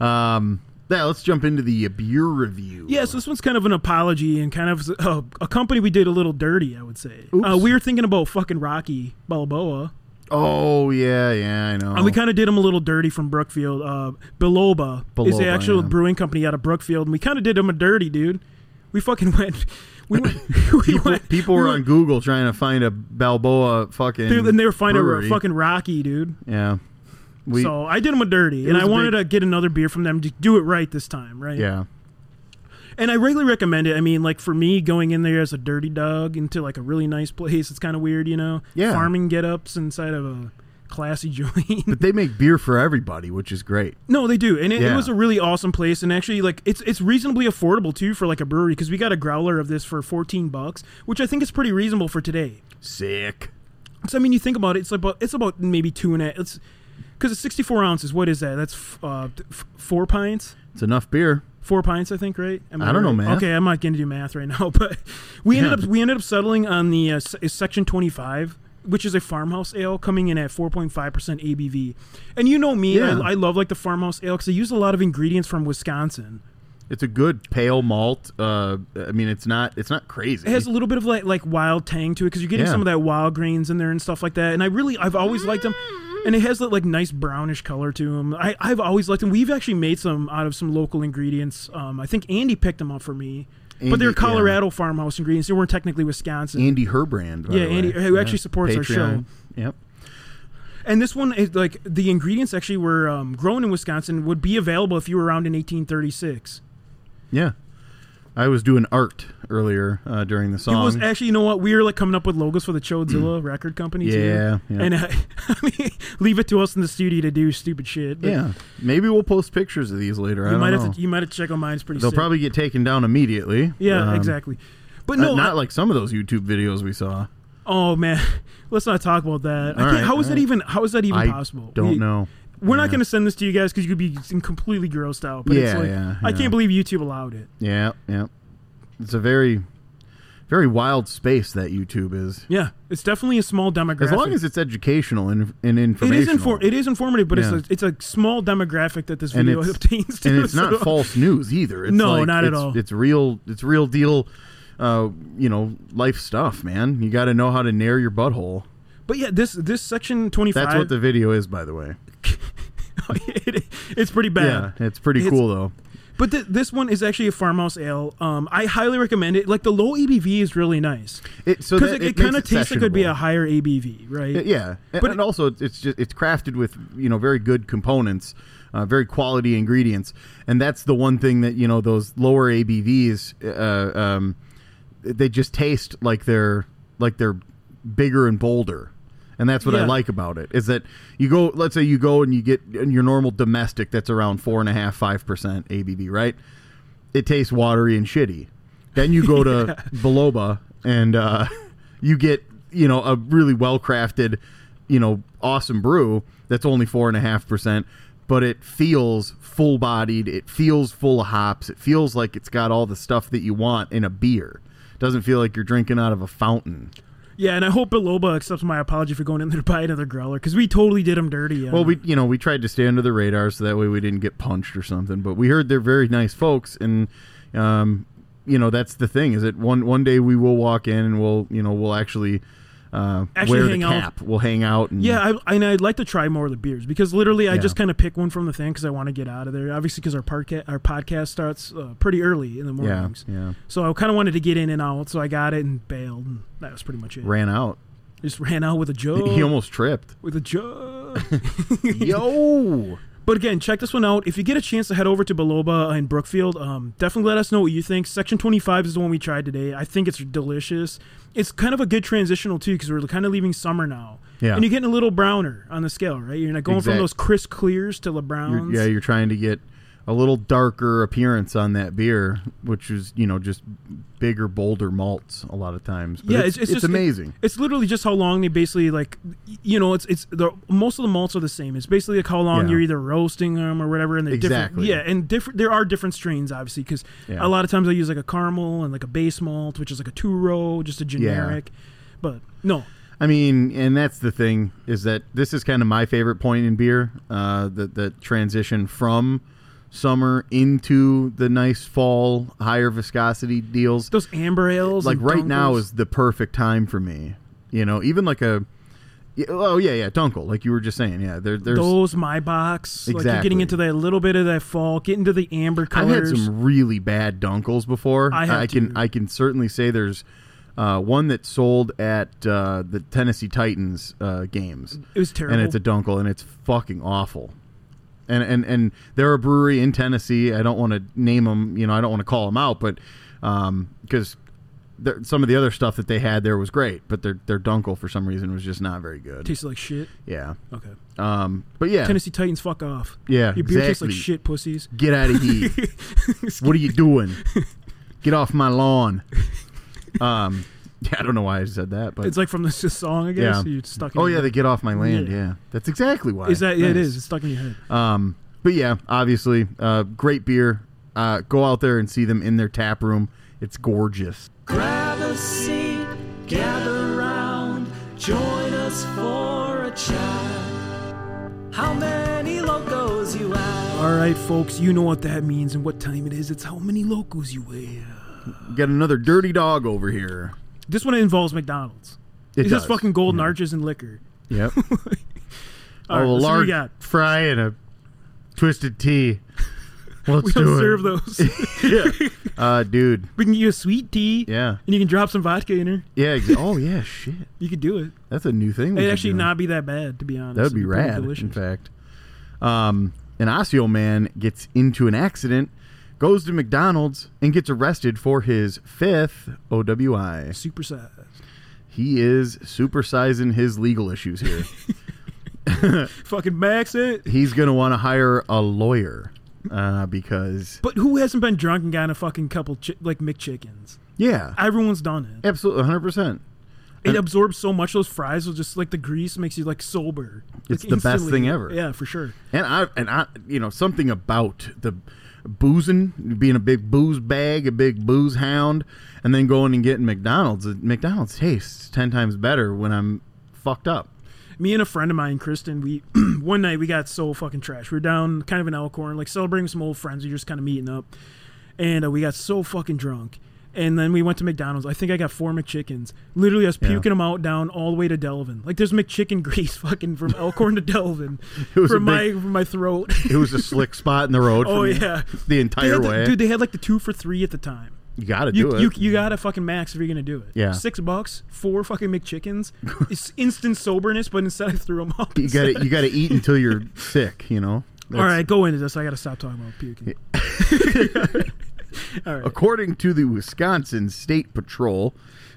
S2: Um, yeah, let's jump into the uh, beer review.
S1: Yeah, so this one's kind of an apology and kind of uh, a company we did a little dirty, I would say.
S2: Oops.
S1: Uh, we were thinking about fucking Rocky Balboa,
S2: Oh yeah, yeah, I know.
S1: and we kind of did them a little dirty from Brookfield. Uh, Biloba, is
S2: Biloba,
S1: the actual
S2: yeah.
S1: brewing company out of Brookfield, and we kind of did them a dirty, dude. We fucking went. <laughs> We went. We
S2: people,
S1: went
S2: people
S1: we
S2: were
S1: went-
S2: on Google trying to find a Balboa fucking.
S1: Dude, and they were finding
S2: brewery.
S1: a fucking Rocky, dude.
S2: Yeah. We.
S1: so I did them a dirty, and
S2: was
S1: I
S2: a
S1: wanted
S2: big-
S1: to get another beer from them to do it right this time, right?
S2: yeah.
S1: And I really recommend it. I mean, like for me, going in there as a dirty dog into like a really nice place, it's kind of weird, you know.
S2: Yeah.
S1: Farming get-ups inside of a classy <laughs> joint.
S2: But they make beer for everybody, which is great.
S1: no, they do, and it, it
S2: Yeah.
S1: was a really awesome place. And actually, like it's it's reasonably affordable too for like a brewery because we got a growler of this for fourteen bucks, which I think is pretty reasonable for today.
S2: Sick.
S1: Because I mean, you think about it, it's about it's about maybe two and a it's because it's sixty four ounces. What is that? That's f- uh, f- four pints.
S2: It's enough beer.
S1: four pints, I think, right? Am
S2: I don't know
S1: right?
S2: math.
S1: Okay, I'm not going to do math right now, <laughs> but we ended
S2: Yeah.
S1: up we ended up settling on the uh, se- section 25 which is a farmhouse ale coming in at 4.5% ABV. And you know me,
S2: Yeah.
S1: I, I love like the farmhouse ale because they use a lot of ingredients from Wisconsin.
S2: It's a good pale malt. Uh, I mean, it's not it's not crazy.
S1: It has a little bit of like like wild tang to it because you're getting
S2: Yeah.
S1: some of that wild grains in there and stuff like that. And I really I've always liked them, and it has that like nice brownish color to them. I I've always liked them. We've actually made some out of some local ingredients. Um, I think Andy picked them up for me, but
S2: Andy,
S1: they're
S2: yeah. Mm.
S1: Colorado farmhouse ingredients. They weren't technically Wisconsin.
S2: Andy Herbrand. by
S1: Yeah,
S2: the way.
S1: Andy, who actually supports our show.
S2: Patreon. Yep.
S1: And this one is like the ingredients actually were um, grown in Wisconsin would be available if you were around in 1836.
S2: Yeah. I was doing art earlier uh, during the
S1: It
S2: song.
S1: was actually, you know what? We were like coming up with logos for the Chodzilla record company. too.
S2: Mm. Yeah, yeah.
S1: And uh, <laughs> I mean, leave it to us in the studio to do stupid shit. but
S2: yeah. Maybe we'll post pictures of these later. I
S1: You
S2: don't
S1: might
S2: know.
S1: have to. You might have to check on mine. It's pretty.
S2: They'll
S1: sick.
S2: probably get taken down immediately.
S1: Yeah,
S2: Um,
S1: exactly. But
S2: uh,
S1: no,
S2: not
S1: I-
S2: like some of those YouTube videos we saw.
S1: oh man, <laughs> let's not talk about that. I
S2: All
S1: can't,
S2: right,
S1: how is
S2: all
S1: that
S2: right.
S1: even? How is that even
S2: I
S1: possible?
S2: don't
S1: We-
S2: know.
S1: We're not
S2: Yeah.
S1: going to send this to you guys because you could be completely grossed out. But it's
S2: Yeah,
S1: like,
S2: yeah,
S1: I
S2: yeah.
S1: can't believe YouTube allowed it.
S2: Yeah, yeah. It's a very, very wild space that YouTube is.
S1: Yeah, it's definitely a small demographic.
S2: As long as it's educational and, and
S1: it
S2: informational.
S1: is inform it is informative, but
S2: Yeah.
S1: it's a, it's a small demographic that this
S2: and
S1: video
S2: it's,
S1: <laughs> obtains. To,
S2: and it's not
S1: so-
S2: false news either. It's
S1: No,
S2: like-
S1: not at
S2: it's-
S1: all.
S2: It's real. It's real deal. Uh, you know, life stuff, man. You got to know how to nair your butthole.
S1: But yeah, this this section twenty five.
S2: That's
S1: <laughs>
S2: what the video is, by the way.
S1: it, it's pretty bad.
S2: Yeah, it's pretty
S1: It's-
S2: cool though.
S1: But th- this one is actually a farmhouse ale. Um, I highly recommend it. Like the low ABV is really nice
S2: It so
S1: because
S2: that,
S1: it,
S2: it,
S1: kind of
S2: makes
S1: tastes like it'd be a
S2: sessionable.
S1: higher ABV, right?
S2: Y- Yeah, and,
S1: But-
S2: and also it's- it's just it's crafted with you know very good components, uh, very quality ingredients, and that's the one thing that you know those lower ABVs, uh, um, they just taste like they're like they're bigger and bolder, and that's what I
S1: Yeah.
S2: like about it is that you go let's say you go and you get in your normal domestic that's around four and a half five percent ABV right, it tastes watery and shitty. Then you go to Beloba and uh, you get you know a really well crafted, you know, awesome brew that's only four and a half percent, but it feels full bodied. It feels full of hops. It feels like it's got all the stuff that you want in a beer. Doesn't feel like you're drinking out of a fountain.
S1: Yeah, and I hope Biloba accepts my apology for going in there to <laughs> buy another growler because we totally did them dirty. on
S2: Well, we
S1: that.
S2: you know we tried to stay under the radar so that way we didn't get punched or something. But we heard they're very nice folks, and um, you know that's the thing is that one one day we will walk in and we'll you know we'll actually uh,
S1: Actually
S2: wear
S1: hang
S2: the
S1: out.
S2: cap. We'll hang out. And,
S1: Yeah, I, and I'd like to try more of the beers because literally I
S2: Yeah.
S1: just kind of pick one from the thing because I want to get out of there. Obviously, because our parca- our podcast starts uh, pretty early in the
S2: yeah,
S1: mornings.
S2: yeah.
S1: So I kind of wanted to get in and out, so I got it and bailed, and that was pretty much it.
S2: Ran out.
S1: Just ran out with a jug.
S2: <laughs> He
S1: <laughs>
S2: almost tripped.
S1: with a jug.
S2: Yo.
S1: but again, check this one out. If you get a chance to head over to Biloba uh, in Brookfield, um, definitely let us know what you think. Section 25 is the one we tried today. I think it's delicious. It's kind of a good transitional too because we're kind of leaving summer now.
S2: Yeah.
S1: And you're getting a little browner on the scale, right? You're not going
S2: Exact-
S1: from those crisp clears to the browns.
S2: You're, yeah, you're trying to get a little darker appearance on that beer, which is you know just bigger, bolder malts a lot of times. But
S1: yeah,
S2: it's,
S1: it's, it's, just,
S2: amazing.
S1: it- it's literally just how long they basically like, y- you know, it's it's the most of the malts are the same. It's basically like how long
S2: Yeah.
S1: you're either roasting them or whatever, and they're
S2: Exactly.
S1: different. Yeah, and different. There are different strains, obviously, because
S2: Yeah.
S1: a lot of times I use like a caramel and like a base malt, which is like a two row, just a generic. But no,
S2: I mean, and that's the thing is that this is kind of my favorite point in beer, uh, the the transition from summer into the nice fall higher viscosity deals.
S1: those amber ales,
S2: Like
S1: and
S2: right now
S1: Dunkels-
S2: is the perfect time for me. You know, even like a y- oh yeah yeah Dunkel, like you were just saying, yeah. There, there's
S1: those my box. Like you're getting
S2: Exactly.
S1: into that little bit of that fall, getting to the amber colors.
S2: I've had some really bad dunkels before.
S1: I have
S2: can
S1: too.
S2: I can certainly say there's uh, one that sold at uh, the Tennessee Titans uh, games.
S1: It was terrible.
S2: and it's a dunkel, and it's fucking awful. And and and they're a brewery in Tennessee. I don't want to name them. You know, I don't want to call them out, but because some of the other stuff that they had there was great, but their their dunkel for some reason was just not very good.
S1: tastes like shit.
S2: Yeah.
S1: Okay.
S2: Um. But yeah,
S1: Tennessee Titans, fuck off.
S2: Yeah,
S1: Your beer tastes
S2: exactly.
S1: like shit, pussies.
S2: get out of here.
S1: <laughs>
S2: what are you doing? Get off my lawn. Um. Yeah, I don't know why I said that, but
S1: It's like <laughs> from this, this song, I guess.
S2: yeah.
S1: You're stuck in
S2: oh
S1: your
S2: yeah, they
S1: head.
S2: get off my land.
S1: Yeah.
S2: Yeah, that's exactly why.
S1: Is that yeah, it
S2: Nice.
S1: is. It's stuck in your head.
S2: Um, but yeah, obviously, uh, great beer. Uh, go out there and see them in their tap room. It's gorgeous.
S4: Grab a seat, gather round, join us. just for a chat. How many locos you have?
S1: All right, folks, you know what that means and what time it is. It's how many locals you have.
S2: Got another dirty dog over here.
S1: This one involves McDonald's.
S2: It
S1: it's
S2: does.
S1: just fucking golden arches and liquor. <laughs>
S2: Yep.
S1: All right, let's see what
S2: oh, a
S1: we
S2: large
S1: got.
S2: fry and a twisted tea.
S1: <laughs>
S2: Let's
S1: We
S2: do
S1: don't
S2: it.
S1: serve
S2: <laughs>
S1: those. <laughs>
S2: Uh, dude.
S1: we can get you a sweet tea.
S2: Yeah.
S1: And you can drop some vodka in her.
S2: Yeah. ex- Oh, yeah. Shit.
S1: You could do it.
S2: That's a new thing. we
S1: It'd
S2: should
S1: actually
S2: do.
S1: not be that bad, to be honest.
S2: That would be
S1: It'd pretty
S2: rad. In
S1: Delicious.
S2: fact, um, an Osseo man gets into an accident, goes to McDonald's, and gets arrested for his fifth OWI.
S1: Super size.
S2: He is supersizing his legal issues here.
S1: Fucking max it.
S2: He's gonna want to hire a lawyer uh, because
S1: But who hasn't been drunk and gotten a fucking couple chi- like McChickens?
S2: yeah,
S1: Everyone's done it.
S2: absolutely, hundred percent.
S1: It
S2: And-
S1: absorbs so much. Those fries will just like the grease makes you like sober.
S2: It's
S1: Like,
S2: the best
S1: instantly.
S2: thing ever.
S1: Yeah, for sure.
S2: And I and I, you know, something about the boozing, being a big booze bag, a big booze hound, and then going and getting McDonald's. McDonald's tastes ten times better when I'm fucked up.
S1: Me and a friend of mine, Kristen, we <clears throat> one night we got so fucking trash. We were down kind of an Elkhorn, like celebrating some old friends. We were just kind of meeting up, and uh, we got so fucking drunk. And then we went to McDonald's. I think I got four McChickens. Literally, I was puking them out down all the way to Delvin. Like there's McChicken <laughs> grease fucking
S2: <laughs>
S1: from Elkhorn to Delvin
S2: was a
S1: from my
S2: big-
S1: from my throat. <laughs>
S2: It was a slick spot in the road.
S1: Oh,
S2: for me
S1: yeah.
S2: the
S1: They
S2: entire
S1: had the-
S2: way.
S1: dude, they had like the two for three at the time.
S2: you got to
S1: You,
S2: do
S1: you
S2: it.
S1: you gotta fucking max if you're gonna do it.
S2: Yeah.
S1: six bucks, four fucking
S2: <laughs>
S1: McChickens. it's instant soberness, but instead I threw them up.
S2: You got to you got to eat until you're sick. You know.
S1: All
S2: That's-
S1: right, go into this. I gotta stop talking about puking.
S2: According to the Wisconsin State Patrol,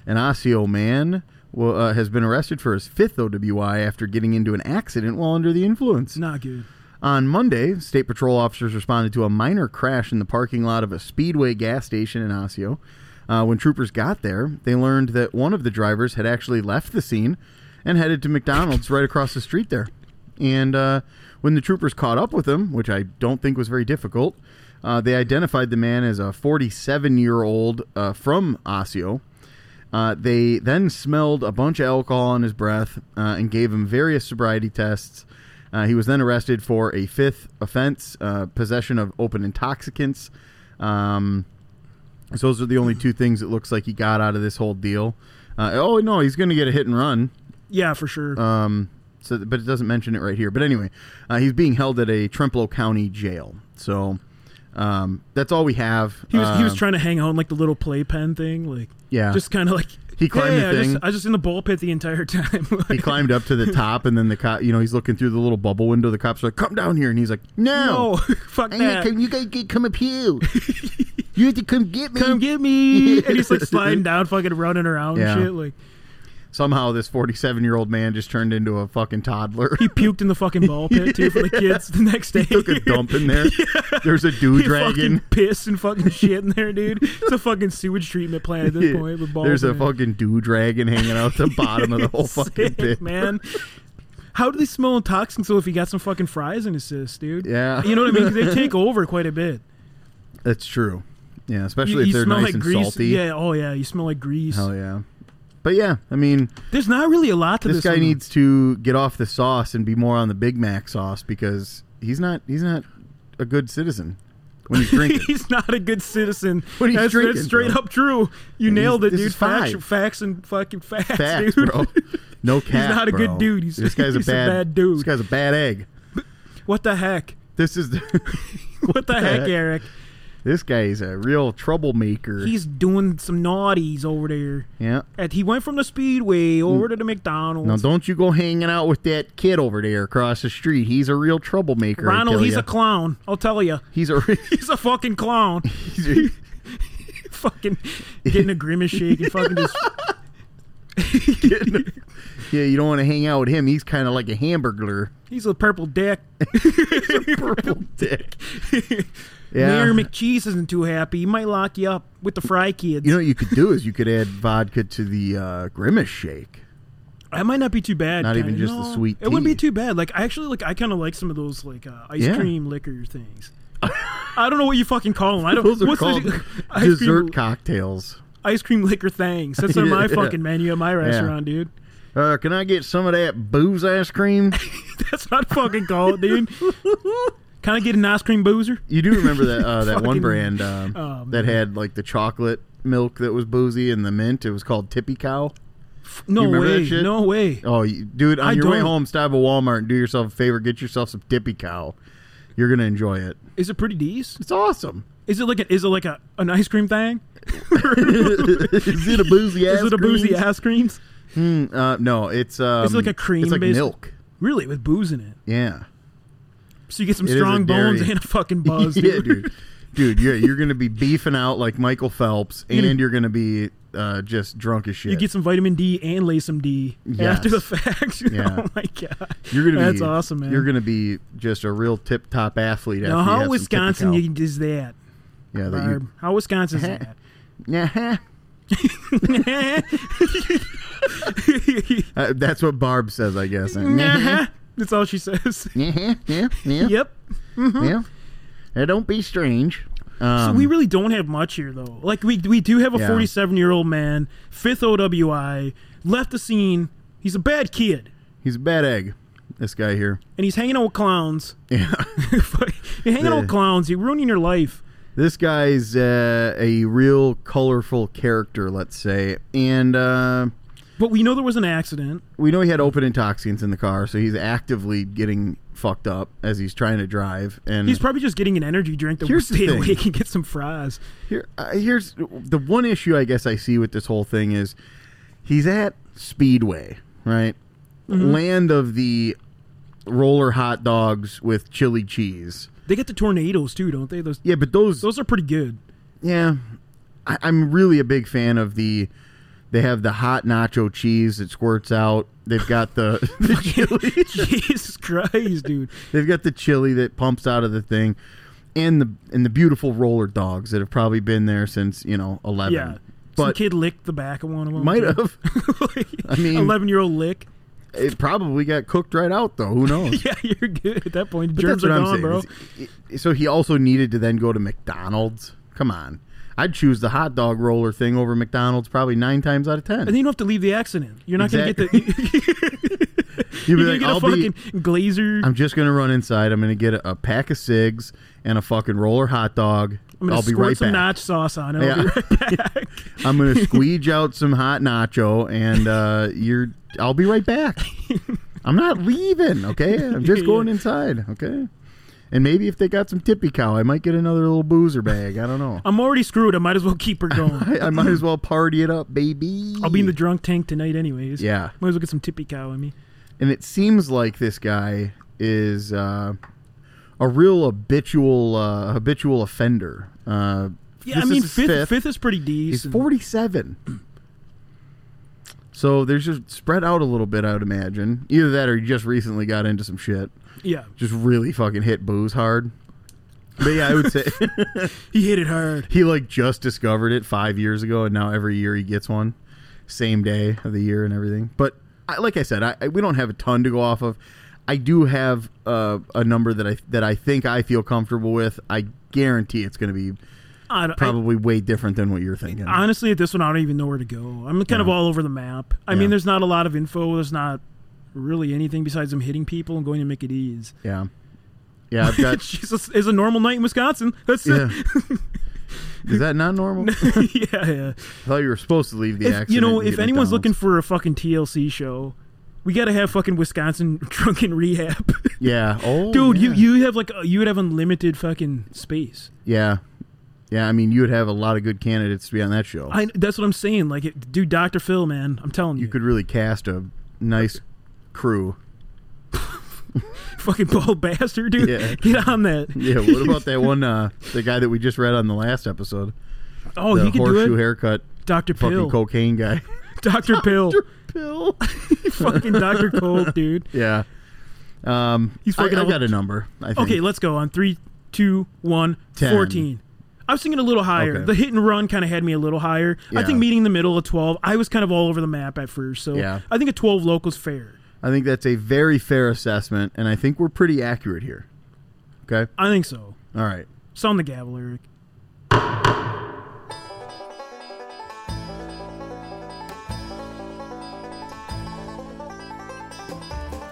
S2: an Osseo man well, uh, has been arrested for his fifth OWI after getting into an accident while under the influence.
S1: It's not good.
S2: On Monday, State Patrol officers responded to a minor crash in the parking lot of a Speedway gas station in Osseo. Uh, when troopers got there, they learned that one of the drivers had actually left the scene and headed to McDonald's right across the street there. And uh, when the troopers caught up with him, which I don't think was very difficult, uh, they identified the man as a 47 year old uh, from Osseo. Uh, they then smelled a bunch of alcohol on his breath uh, and gave him various sobriety tests. Uh, he was then arrested for a fifth offense, uh, possession of open intoxicants. Um, so those are the only two things it looks like he got out of this whole deal. Uh, oh no, he's going to get a hit and run.
S1: Yeah, for sure.
S2: Um, so, but it doesn't mention it right here. But anyway, uh, he's being held at a Trempealeau County jail. So um, that's all we have.
S1: he was he was
S2: Um,
S1: trying to hang out in like the little playpen thing, like
S2: Yeah.
S1: just kind of like
S2: He climbed
S1: hey,
S2: the
S1: I just-
S2: thing.
S1: I was just in the ball pit the entire <laughs> time.
S2: he climbed up to the top, and then the cop, you know, he's looking through the little bubble window. The cops are like, "Come down here," and he's like,
S1: no,
S2: "No,
S1: <laughs> fuck
S2: I
S1: that.
S2: ain't come- you gotta get, come up here. you have to come get me."
S1: Come get
S2: <laughs>
S1: me, and he's like sliding down, fucking running around
S2: Yeah.
S1: and shit. Like
S2: Somehow, this forty-seven-year-old man just turned into a fucking toddler.
S1: he puked in the fucking ball pit too for the kids the next day.
S2: <laughs> took a dump in
S1: <laughs>
S2: there. There's a
S1: He
S2: dude dragon.
S1: fucking piss and fucking
S2: <laughs>
S1: shit in there, dude. It's a fucking sewage treatment plant <laughs> at this point with balls.
S2: There's a
S1: in it.
S2: fucking do dragon hanging out the bottom
S1: <laughs>
S2: of the whole fucking
S1: Sick,
S2: pit.
S1: man. How do they smell intoxicants though if he got some fucking fries in his cyst, dude?
S2: Yeah.
S1: You know what I mean? 'Cause they
S2: <laughs>
S1: take over quite a bit.
S2: That's true. Yeah, especially
S1: You,
S2: if
S1: you
S2: they're
S1: smell
S2: nice
S1: like
S2: and
S1: grease.
S2: salty.
S1: Yeah, oh yeah, you smell like grease.
S2: Hell yeah. But yeah, I mean,
S1: There's not really a lot to this.
S2: this guy
S1: one. <laughs>
S2: needs to get off the sauce and be more on the Big Mac sauce because he's not he's not a good citizen when he's drinking.
S1: <laughs> He's not a good citizen.
S2: <laughs> What are you
S1: that's,
S2: drinking,
S1: that's straight
S2: bro?
S1: up true. You
S2: he's-
S1: nailed it,
S2: this
S1: dude.
S2: is
S1: Facts,
S2: five.
S1: facts and fucking facts,
S2: Facts,
S1: dude. <laughs>
S2: bro. No cap.
S1: not a good
S2: bro.
S1: dude. He's-
S2: this guy's
S1: he's
S2: a,
S1: a
S2: bad,
S1: bad dude.
S2: This guy's a bad egg.
S1: What the heck?
S2: This is the, <laughs>
S1: What the heck,
S2: heck?
S1: Eric?
S2: this guy is a real troublemaker.
S1: He's doing some naughties over there.
S2: yeah.
S1: And he went from the Speedway over to the McDonald's.
S2: Now Mm. don't you go hanging out with that kid over there across the street. He's a real troublemaker. I
S1: Ronald,
S2: tell
S1: he's
S2: ya.
S1: a clown. I'll tell you.
S2: he's a <laughs> re-
S1: He's a fucking clown.
S2: <laughs> he's a-
S1: <laughs> fucking getting a grimace shake and fucking
S2: <laughs>
S1: just.
S2: yeah. You don't want to hang out with him. He's kind of like
S1: <laughs>
S2: a <laughs> hamburger.
S1: He's a purple dick.
S2: Purple dick. <laughs> Yeah.
S1: Mayor McCheese isn't too happy. He might lock you up with the fry kids.
S2: You know what you could do is you could add vodka to the uh, Grimace shake.
S1: that might not be too bad.
S2: Not
S1: kinda.
S2: even just the
S1: No,
S2: sweet
S1: It wouldn't be
S2: tea.
S1: too bad. Like I actually like I kind of like some of those like uh, ice
S2: Yeah.
S1: cream liquor
S2: <laughs>
S1: things. I don't know what you fucking call them. I don't.
S2: Those are
S1: what's
S2: called
S1: the, <laughs> ice
S2: dessert
S1: cream,
S2: cocktails.
S1: ice cream liquor things. That's on my
S2: <laughs> Yeah.
S1: fucking menu at my restaurant, dude. <laughs>
S2: Uh, can I get some of that booze ice cream?
S1: That's what I fucking call it,
S2: <laughs>
S1: dude. Kind of get an ice cream boozer.
S2: You do remember that uh, that one
S1: Fucking-
S2: brand um,
S1: <laughs> Oh,
S2: that had like the chocolate milk that was boozy and the mint. It was called Tippy Cow.
S1: No
S2: remember that
S1: way.
S2: shit?
S1: No way.
S2: Oh, you, dude! On
S1: I
S2: your way
S1: don't.
S2: home, stop at Walmart and do yourself a favor. Get yourself some Tippy Cow. You're gonna enjoy it.
S1: Is it pretty decent? <laughs>
S2: It's awesome.
S1: Is it like a, is it like a, an ice cream thing?
S2: Is it a boozy ass?
S1: Is it a boozy
S2: cream?
S1: ice creams?
S2: Uh, no, it's um,
S1: Is it like a cream?
S2: It's like
S1: based-
S2: milk.
S1: Really, with booze in it.
S2: Yeah.
S1: So you get some
S2: It is a
S1: strong bones
S2: dairy.
S1: and a
S2: <laughs>
S1: fucking buzz,
S2: yeah,
S1: dude.
S2: dude. Dude, you're, you're going to be beefing out like
S1: <laughs>
S2: Michael Phelps, and you're going to be uh, just drunk as shit.
S1: You get some vitamin D and lay some D
S2: Yes.
S1: after the fact. <laughs>
S2: Yeah.
S1: Oh my god,
S2: you're gonna
S1: that's
S2: be,
S1: awesome, man.
S2: You're going to be just a real tip top athlete.
S1: now
S2: after you have
S1: how
S2: some
S1: Wisconsin
S2: Tipical.
S1: you- is that?
S2: yeah, that <laughs>
S1: Barb?
S2: you,
S1: How Wisconsin's that?
S2: <laughs> Nah,
S1: <laughs>
S2: uh, that's what Barb says,
S1: <laughs>
S2: I guess. Nah,
S1: Nah. That's all she says.
S2: <laughs> yeah, yeah,
S1: <laughs>
S2: yeah,
S1: yep.
S2: yeah. Now, don't be strange.
S1: So
S2: Um,
S1: we really don't have much here, though. Like we we do have a
S2: Yeah.
S1: 47 year old man, fifth OWI, left the scene. He's a bad kid,
S2: he's a bad egg, this guy here. <laughs>
S1: and he's hanging out with clowns. <laughs>
S2: Yeah.
S1: you're hanging out with
S2: The-
S1: clowns. You're ruining your life.
S2: This guy's uh, a real colorful character, let's say, and uh,
S1: But we know there was an accident.
S2: we know he had open intoxicants in the car, so he's actively getting fucked up as he's trying to drive. And
S1: He's probably just getting an energy drink that will
S2: Here's the
S1: stay
S2: thing.
S1: awake and get some fries.
S2: here, uh, here's the one issue I guess I see with this whole thing is he's at Speedway, right? Land of the roller hot dogs with chili cheese.
S1: They get the tornadoes too, don't they? Those
S2: Yeah, but those
S1: those are pretty good.
S2: Yeah, I, I'm really a big fan of the. They have the hot nacho cheese that squirts out. They've got the, <laughs> the chili.
S1: <laughs> Jesus Christ,
S2: <laughs>
S1: dude!
S2: They've got the chili that pumps out of the thing, and the and the beautiful roller dogs that have probably been there since you know eleven.
S1: Yeah, some
S2: but
S1: kid licked the back of one of them.
S2: <laughs> might have.
S1: <laughs>
S2: I mean-
S1: eleven year old lick.
S2: It probably got cooked right out though. Who knows?
S1: <laughs> Yeah, you're good at that point.
S2: But
S1: Germs
S2: that's
S1: are
S2: what I'm
S1: gone,
S2: saying.
S1: bro.
S2: is- i- So he also needed to then go to McDonald's. Come on, I'd choose the hot dog roller thing over McDonald's probably nine times out of ten.
S1: And then you don't have to leave the accident. You're not
S2: Exactly. <laughs>
S1: gonna get the. <laughs>
S2: You'd be
S1: You're
S2: like,
S1: gonna
S2: I'll
S1: get
S2: be-
S1: a fucking glazer. I'm,
S2: I'm just gonna run inside. I'm gonna get a, a pack of cigs and a fucking roller hot dog. i
S1: gonna
S2: will be
S1: squirt
S2: right
S1: some
S2: back.
S1: notch sauce on it. I'll
S2: Yeah.
S1: be right <laughs> back.
S2: I'm gonna squeege out some hot nacho, and uh, you're. I'll be right back. I'm not leaving. Okay, I'm
S1: <laughs>
S2: just going inside. Okay, and maybe if they got some tippy cow, I might get another little boozer bag. I don't know.
S1: I'm already screwed. I might as well keep her
S2: <laughs>
S1: going.
S2: I, I might as well party it up, baby.
S1: I'll be in the drunk tank tonight, anyways.
S2: Yeah.
S1: Might as well get some tippy cow in me.
S2: and it seems like this guy is uh, a real habitual uh, habitual offender. Uh,
S1: Yeah,
S2: this
S1: I mean
S2: is his
S1: fifth, fifth is pretty
S2: He's
S1: decent.
S2: 47. So there's just spread out a little bit, I would imagine. Either that or you just recently got into some shit.
S1: Yeah,
S2: Just really fucking hit booze hard. But yeah, I would say <laughs>
S1: he hit it hard.
S2: he like just discovered it five years ago, and now every year he gets one, same day of the year and everything. But I, like I said, I, I, we don't have a ton to go off of. I do have uh, a number that I that I think I feel comfortable with. I guarantee it's going to be
S1: I, don't- I-
S2: probably way different than what you're thinking.
S1: honestly, at this one, I don't even know where to go. I'm kind of all over the map. I
S2: Yeah.
S1: mean, there's not a lot of info. There's not really anything besides him hitting people and going to Mickey
S2: Yeah. Yeah,
S1: <laughs>
S2: I've got.
S1: It's just it's a normal night in Wisconsin. That's <laughs>
S2: yeah.
S1: it.
S2: Is that not normal? I
S1: <laughs> yeah, yeah.
S2: thought you were supposed to leave the
S1: If-
S2: accident.
S1: you know,
S2: and
S1: if
S2: get
S1: anyone's looking
S2: McDonald's.
S1: for a fucking TLC show, we got to have fucking Wisconsin <laughs> drunken rehab. <laughs>
S2: yeah, oh,
S1: Dude,
S2: yeah.
S1: you you have like a, you would have unlimited fucking space.
S2: yeah, yeah. I mean, you would have a lot of good candidates to be on that show.
S1: I that's what I'm saying. Like, it, dude, Doctor Phil, man, I'm telling you,
S2: you could really cast a nice crew.
S1: <laughs> fucking bald <laughs> bastard, dude,
S2: Yeah.
S1: get on that.
S2: Yeah.
S1: <laughs>
S2: What about that one? Uh, the guy that we just read on the last episode.
S1: Oh,
S2: the
S1: he could
S2: horseshoe
S1: do it.
S2: haircut,
S1: Doctor
S2: fucking
S1: Pill.
S2: cocaine guy.
S1: <laughs> Doctor
S2: <laughs>
S1: Pill.
S2: Pill.
S1: fucking Doctor Cold, dude.
S2: <laughs> yeah. Um,
S1: He's
S2: I,
S1: fucking
S2: I
S1: all-
S2: got a number. I think.
S1: Okay, let's go on three, two, one,
S2: Ten.
S1: 14. I was thinking a little higher.
S2: Okay.
S1: The hit and run kind of had me a little higher. I
S2: Yeah.
S1: think meeting in the middle of 12, I was kind of all over the map at first. So
S2: Yeah.
S1: I think a 12 local's fair.
S2: I think that's a very fair assessment, and I think we're pretty accurate here. Okay.
S1: I think so.
S2: All right.
S1: Sound the gavel, Eric.